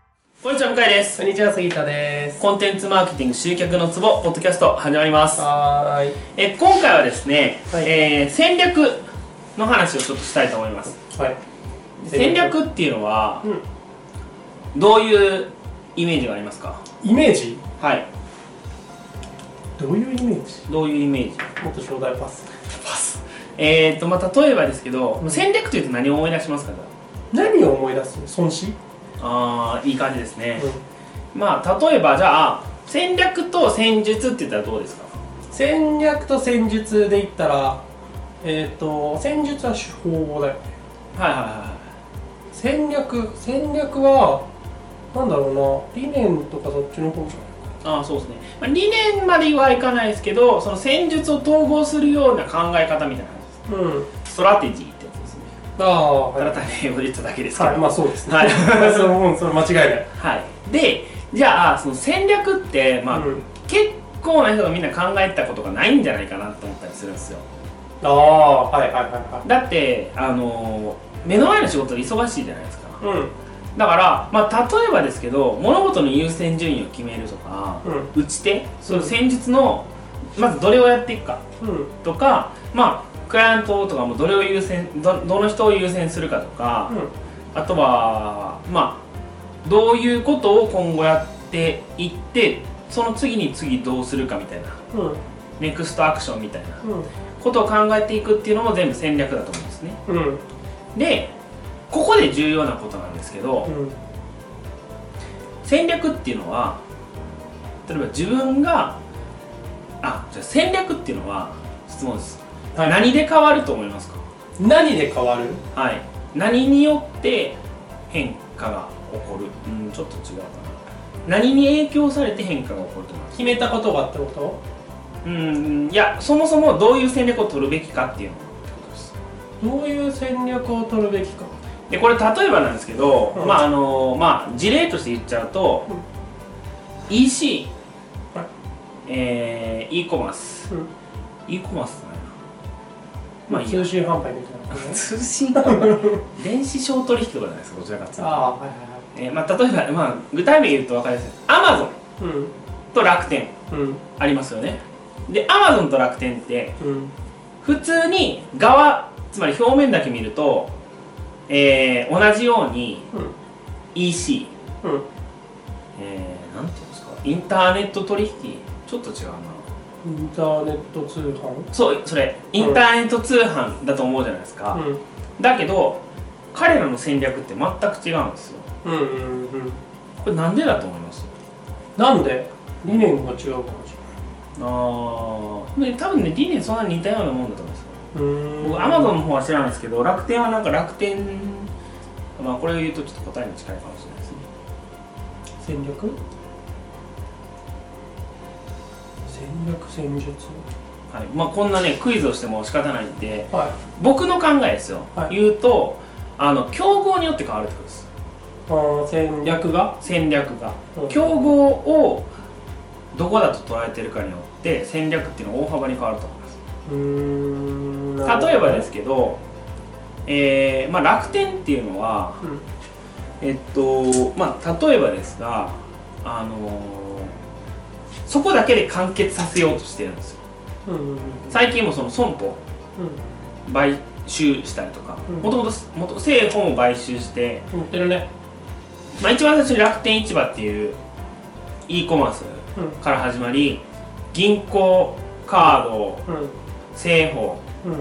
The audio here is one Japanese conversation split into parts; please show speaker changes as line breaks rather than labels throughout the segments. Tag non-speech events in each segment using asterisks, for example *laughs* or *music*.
は向井です
こんにちは杉田です
コンテンツマーケティング集客のツボポッドキャスト始まります
はーい
え今回はですね、
はい
えー戦略の話をちょっとしたいと思います
はい
戦略っていうのは
うん
どういうイメージがありますか
イメージ
はい
どういうイメージ
どういうイメージ
もっと正代パス
えーとまあ例えばですけど、
うん
戦略というと何を思い出しますかじゃ
何を思い出す損失、
ああーいい感じですね、まあ例えばじゃあ戦略と戦術って言ったらどうですか
戦略と戦術で言ったらえっ、と戦術は手法だよね
はいはいはいはい
戦略戦略はなんだろうな理念とかそっちの方じ
ああそうですね、まあ、理念まではいかないですけどその戦術を統合するような考え方みたいな感じ
ゃないうん
ですストラテジーってやつですね
ああは
た
い
だ単に英語で言っただけですけど
はいまあそうですね
はい
それもうそれ間違いない
はいでじゃあその戦略って、まあ
うん
結構な人がみんな考えたことがないんじゃないかなと思ったりするんですよ
ああはいはいはいは
だってあのー目の前の仕事で忙しいじゃないですか
いうん
だから、まあ、例えばですけど物事の優先順位を決めるとか、打ち手その戦術のまずどれをやっていくか
うんうん
とかまあクライアントとかもどれを優先どどの人を優先するかとか、
うん
あとはまあどういうことを今後やっていってその次に次どうするかみたいな
うん
ネクストアクションみたいな
うん
ことを考えていくっていうのも全部戦略だと思うんですね
うん
でここで重要なことなんですけど
うん
戦略っていうのは例えば自分があじゃあ戦略っていうのは質問です、
はい
何で変わると思いますか
何で変わる
はい、何によって変化が起こる、うん、ちょっと違うかな何に影響されて変化が起こると思います
決めたことがってこ
うんいやそもそもどういう戦略を取るべきかっていうのです
とどういう戦略を取るべきか
でこれ例えばなんですけど、
うん
まああのまあ事例として言っちゃうと、EC、
はい
えー、e コマース
うん
e コマースだなま
ま
あ
あ
いいや
通信販売みたいなことね
通信 *laughs* 電子商取引とかじゃないですかどちらかっていうと、
*laughs* ああーはいは
えーまあ、例えば、まあ、具体名言うと分かりやすいアマゾン
いはい
と楽天
うん
ありますよねで Amazon と楽天って
うんうん
普通に側つまり表面だけ見ると、えー同じように
うん
EC、
うん
えーなんていうんですかインターネット取引ちょっと違うな
インターネット通販
そうそれインターネット通販だと思うじゃないですか、
うん
だけど彼らの戦略って全く違うんですよ
うんうんうん
これなんでだと思います
なんで理念が違うかもしれない
ああで多分ね理念そんなに似たようなもんだと思うんですよ
うーん
僕アマゾンの方は知らないんですけど楽天はなんか楽天まあこれを言うとちょっと答えに近いかもしれないですね
戦略戦略戦術
はいまあこんなねクイズをしても仕方ないんで
はい
僕の考えですよ、
はい
言うとあの競合によって変わるってことです
あー戦略が
戦略が
うん
競合をどこだと捉えてるかによって戦略っていうのは大幅に変わると思います
うーんなるほど
例えばですけど、えーまあ、楽天っていうのは
うん
えっとまあ例えばですがあのーそこだけで完結させようとしてるんですよ
うんうんうん
最近もその損保買収したりとか
うん
もともと政府も買収して、
うん持ってるね
まあ、一番最初に楽天市場っていう e コマース
うん
から始まり銀行カード
うん
政保、
うん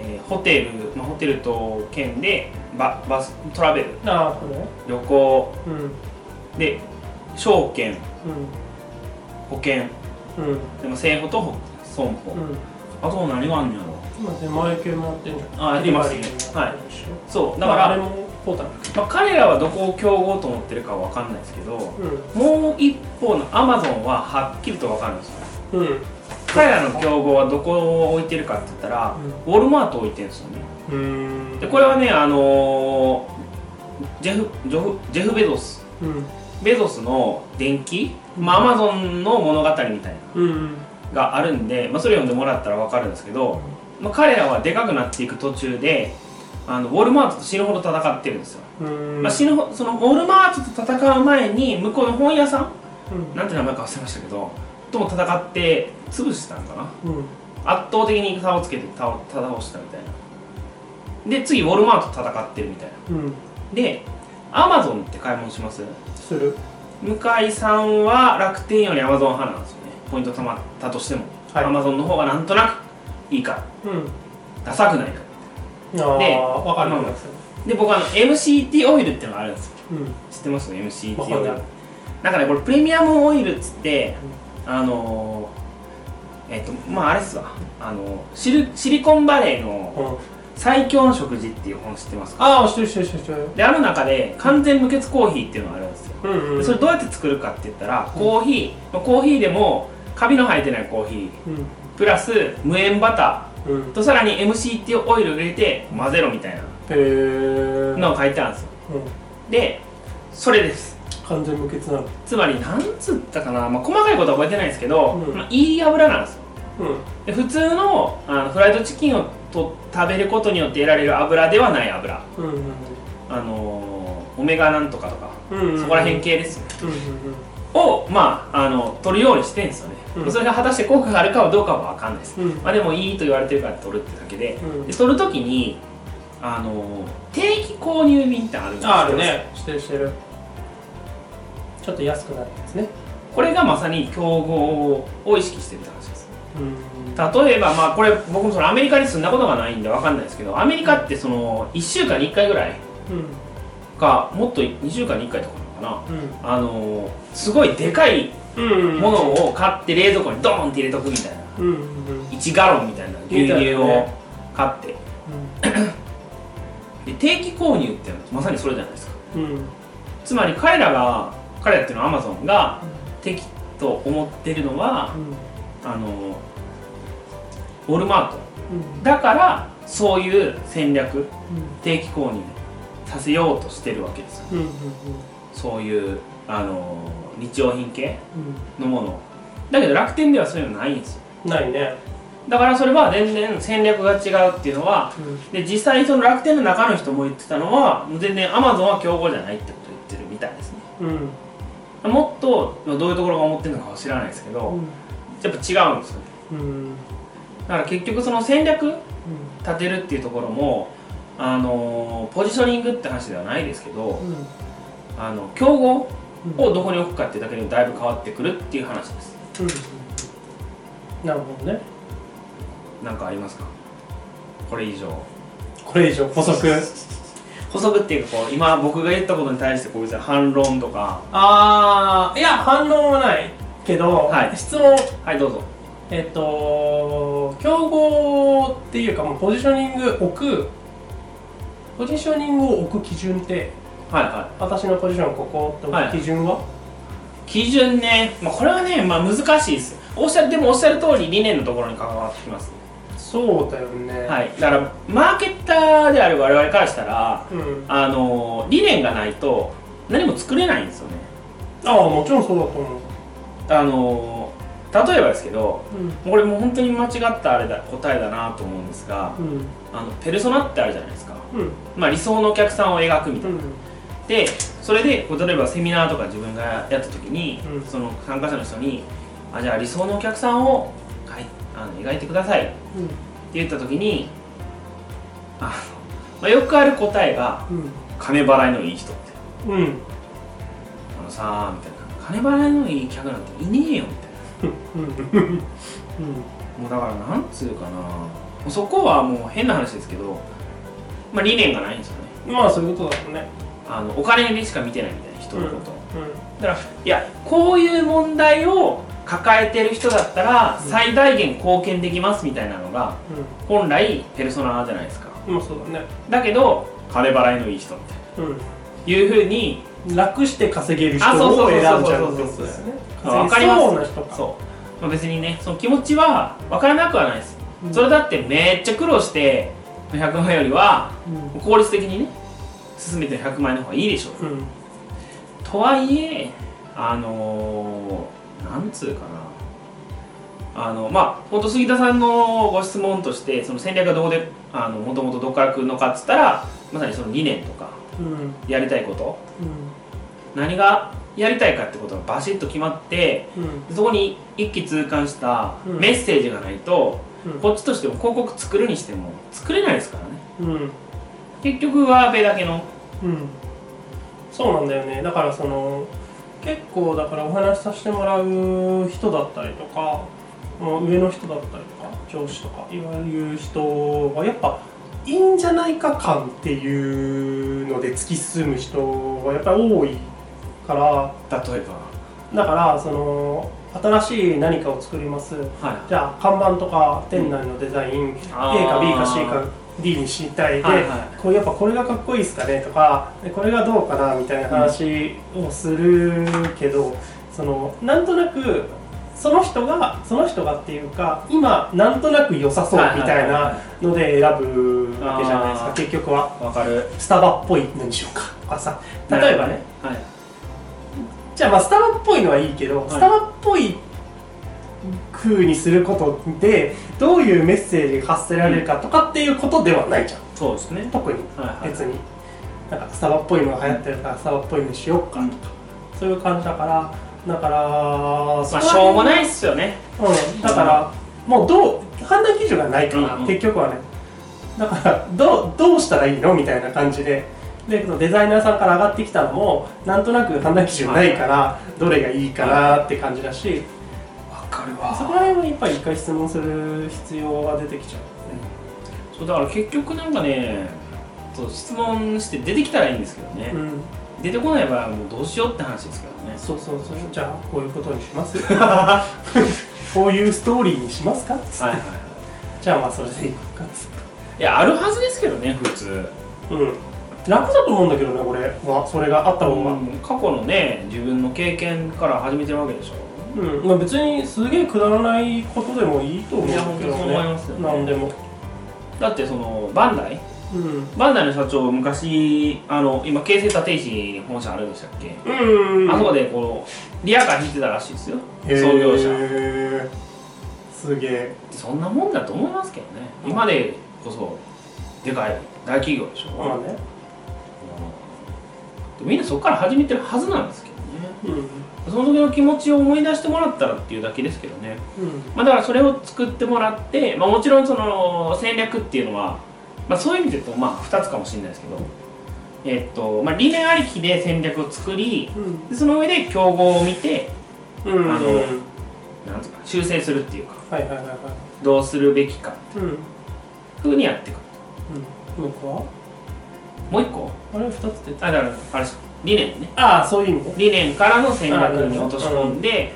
えーホテル、まあ、ホテルと県でババストラベル
ああこれね
旅行
うん
で証券保険
うんうん
でも政府と損保、
うん
あと何があんのやろ
今出前系もやってんじゃん
あやってますねはいそうだから、
あれもポータル
まあ、彼らはどこを競合と思ってるかは分かんないですけど
う
もう一方のアマゾンははっきりと分かるんですよ
んうん
彼らの競合はどこを置いてるかって言ったら、ウォルマートを置いてるんですよね
うーん
でこれはねあのージェフジョフジェフ・ベゾス
うん
ベゾスの電気、まあ、アマゾンの物語みたいな
うん
があるんで、まあ、それ読んでもらったら分かるんですけど、まあ、彼らはでかくなっていく途中であのウォルマートと死ぬほど戦ってるんですよ、
うーん
まあ、死ぬほそのウォルマートと戦う前に向こうの本屋さん
うん
なんて名前か忘れましたけどとも戦って潰してたのかな
うん
圧倒的に差をつけて倒倒したみたいなで次ウォルマートと戦ってるみたいな
うん
でアマゾンって買い物します
する
向井さんは楽天よりアマゾン派なんですよねポイント貯まったとしても、
はい
アマゾンの方がなんとなくいいか
うん
ダサくないか
ああ
で
分かるようになって
で僕あの MCT オイルってのがあるんですよ
るうん
知ってます MCT
わかん
オイ
な
ル
い
なんかねこれプレミアムオイルっつってあのーえっとまああれっすわあのシルシリコンバレーの
うん
「最強の食事」っていう本知ってますか
ああしてるしてるしてるしてる
である中で完全無欠コーヒーっていうのがあるんですよ
うんうん
それどうやって作るかって言ったらコーヒーまあコーヒーでもカビの生えてないコーヒー
うん
プラス無塩バタ
うん
ーとさらに MCT オイルを入れて混ぜろみたい
へえ
なのを書いてあるんですよ
うん
でそれです
完全無欠なの
つまりなんつったかな、まあ、細かいことは覚えてないんですけど、
うん
まあ、いい油なんですよ
うん
で普通のあのフライドチキンをと食べることによって得られる油ではない油
うんうん
あのーオメガなんとかとか、
うんうん
そこら辺系ですよね
うんうんうん
を、まあ、あの取るようにしてんですよね、
うん
それが果たして効果があるかはどうかは分かんないです、
うん
まあ、でもいいと言われてるから取るってだけで,、
うん
で取る時にあの定期購入便ってあるんですよ
ああるねしてるしてるちょっと安くなるやつね
これがまさに競合を意識してるって話です
うん
例えばまあこれ僕もそのアメリカに住んだことがないんで分かんないですけどアメリカってその1週間に1回ぐらい
うん
かもっと2週間に1回とかなのか
うん
なあのすごいでかい
うん
ものを買って冷蔵庫にドーンって入れとくみたいな
うんうんうん
1ガロンみたいな牛乳を買ってで定期購入ってのはまさにそれじゃないですか
うん
つまり彼らが彼らっていうのはアマゾンが敵と思ってるのは
うん
あのウォルマートだからそういう戦略定期購入させようとしてるわけですよ
うんうん
そういうあの日用品系のものだけど楽天ではそういうのないんですよ
うんないね
だからそれは全然戦略が違うっていうのはで実際その楽天の中の人も言ってたのはもう全然アマゾンは競合じゃないってことを言ってるみたいですね
うん
もっとどういうところが思ってるのかは知らないですけ
う
ど
ん
やっぱ違うんですよね
うん
だから結局その戦略立てるっていうところもあのーポジショニングって話ではないですけど
うん
あの競合
うん
をどこに置くかってだけでもだいぶ変わってくるっていう話です
うんなるほどね
なんかありますかこれ以上
これ以上補足
補足っていうかこう今僕が言ったことに対してこう別に反論とか
ああいや反論はないけど、
はい
質問
はいどうぞ
えっと競合っていうかもうポジショニング置くポジショニングを置く基準って
はいはい
私のポジションここって置く基準は、
基準ね、まあ、これはね、まあ、難しいですおっしゃでもおっしゃる通り理念のところに関わってきます、
そうだよね、
はい、だからマーケッターである我々からしたら
うん、
あの理念がないと何も作れないんですよね
ああもちろんそうだと思う
あの例えばですけど
うん
これもう本当に間違ったあれだ答えだなと思うんですが
うん
あのペルソナってあるじゃないですか、
うん
まあ、理想のお客さんを描くみたいな
うん
でそれでこう例えばセミナーとか自分がやった時に、
うん
その参加者の人にあじゃあ理想のお客さんを、はい、あの描いてくださいって言った時にあの、まあ、よくある答えが「金払いのいい人」って
うんうん
「あのさ」みたいな「金払いのいい客なんていねえよ」みたい
うん
なもうだからなんつうかなもうそこはもう変な話ですけど、まあ、理念がないんですよね
うんまあそういうことだろうね
あのお金でしか見てないみたいな人のこと。
う
だからいやこういう問題を抱えてる人だったら
うん
最大限貢献できますみたいなのが
ん
本来ペルソナじゃないですか
うんまあそうだね
だけど金払いのいい人みたいな
う
いうふうに
ん楽して稼げる人
あそうそうそ
を
うそう
選んじゃうって
そう
こ
そ
と
うそう
だよね
わかります
そうな人か
そう、まあ、別にねその気持ちは分からなくはないです、
うん
それだってめっちゃ苦労して100万よりは
うん
効率的にね進めて100万円の方がいいでしょう
うん
とはいえあのー、なんつうかなあのまあ本当杉田さんのご質問としてその戦略がどこでもともとどこから来るのかっつったらまさにその理念とか
うんうん
やりたいこと何がやりたいかってことがバシッと決まって
うん
そこに一気通貫した
うん
メッセージがないと、
うん
こっちとしても広告作るにしても作れないですからね
うん
結局はべだけの
うんそうなんだよねだからその結構だからお話しさせてもらう人だったりとかもう上の人だったりとか上司とかいわゆる人はやっぱいいんじゃないか感っていうので突き進む人がやっぱり多いから
例えば
だからその新しい何かを作ります
は
じゃあ看板とか店内のデザイン、A
あー
か B か C か D にしたいで、
はいは
こうやっぱこれがかっこいいですかねとかでこれがどうかなみたいな話をするけど、そのなんとなくその人がその人がっていうか今なんとなく良さそう
はいはい
みたいなので選ぶわけじゃないです
あー
か結局はい
わかる
スタバっぽいのにしようかとかさ例えばね
はい
じゃあまあスタバっぽいのはいいけど、
い
スタバっぽい風にすることでどういうメッセージが発せられるかとかっていうことではないじゃん
そうですね
特に
はいはい
別になんかスタバっぽいのが流行ってるからスタバっぽいのしよっかとか、そういう感じだからだから
まあしょうも
い、
ないっすよね
うん、だからもうどう判断基準がないから、
うんうん
結局はねだからどうどうしたらいいのみたいな感じででデザイナーさんから上がってきたのもなんとなく判断基準ないから、どれがいいかなって感じだし、
わかる
そこら辺はやっぱり一回質問する必要が出てきちゃ
そうだから結局なんかねそう質問して出てきたらいいんですけどね
う、、うん
出てこない場合はもうどうしようって話ですけどね
そうそうそうじゃあこういうことにします *laughs* こういうストーリーにしますか
はいはいは
じゃあまあそれでいくか
いいやあるはずですけどね普通
うん楽だと思うんだけどね俺はそれがあった方が
うん過去のね自分の経験から始めてるわけでしょ
うん、まあ、別にすげえくだらないことでもいいと思うん
いや
だ
本当
け
に
ど
そう
ね
思いますよね
なんでも
だってそのバンダイ
うん
バンダイの社長昔あの今京成立石に本社あるんでしたっけ、
うん
あそこでこうリアカー引いてたらしいですよ
へー
創業者
すげえ
そんなもんだと思いますけどね今でこそでかい大企業でしょ、
まあね
うんみんなそこから始めてるはずなんですけどね
うんうん
その時の気持ちを思い出してもらったらっていうだけですけどねまあ、だからそれを作ってもらって、まあ、もちろんその戦略っていうのは、まあ、そういう意味で言うとまあ2つかもしれないですけど、えっとまあ、理念ありきで戦略を作り
うん
でその上で競合を見て
うん
あの
うん
なんつうか修正するっていうか
はいはいはいは
どうするべきか
いうんうん
ふうにやっていく
もう一個は
もう一個
あれ二つって
あだからあれ理念ね
ああそういう意味ね
理念からの戦略に落とし込んで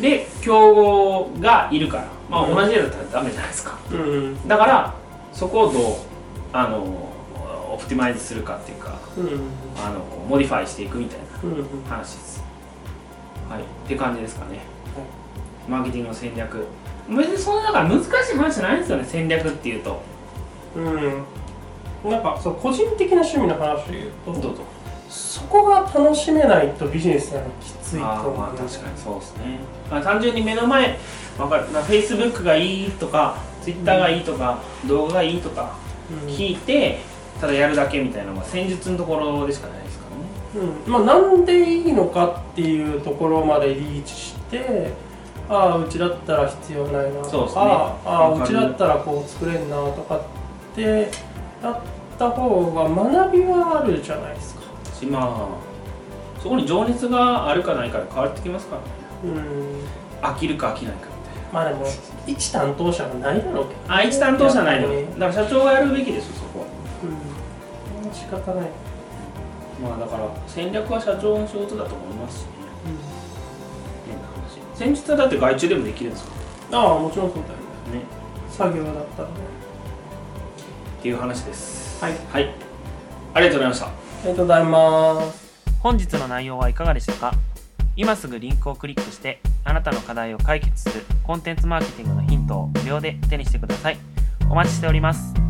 で競合がいるから、まあ、
うん
同じだったらダメじゃないですか
うん
だからそこをどうあのオプティマイズするかっていうか
うん
あのこうモディファイしていくみたい
うんうん
な話です。はい、って感じですかね。マーケティングの戦略。別にそんなだから難しい話じゃないんですよね、戦略っていうと。
うん、なんかそう個人的な趣味の話で言う
どう
と
ぞ。
そこが楽しめないとビジネスなのきついと
あ
思
ー
う、
まあ確かにそうですね。まあ、単純に目の前、わかるな、Facebook がいいとか、Twitter がいいとか、動画がいいとか、聞いて、ただやるだけみたいなのが戦術のところでしかないですからね。
うんまあ、なんでいいのかっていうところまでリーチしてああうちだったら必要ないなとか
そうですね
ああ
わかる
うちだったらこう作れんなとかってやった方が学びはあるじゃないですか。
しまあ、そこに情熱があるかないかで変わってきますからね。
うん
飽きるか飽きないかみたいな。
まあでも一担当者はないだろうけど
あ一担当者ないの
やっぱり
だから社長がやるべきですよそこは
うん、仕方ない、
まあだから戦略は社長の仕事だと思いますしね変な話戦術はだって外注でもできるんですか
ああもちろんそうだよね
らね
作業だったらね
っていう話です
はい
はいありがとうございました
ありがとうございます
本日の内容はいかがでしたか今すぐリンクをクリックしてあなたの課題を解決するコンテンツマーケティングのヒントを無料で手にしてくださいお待ちしております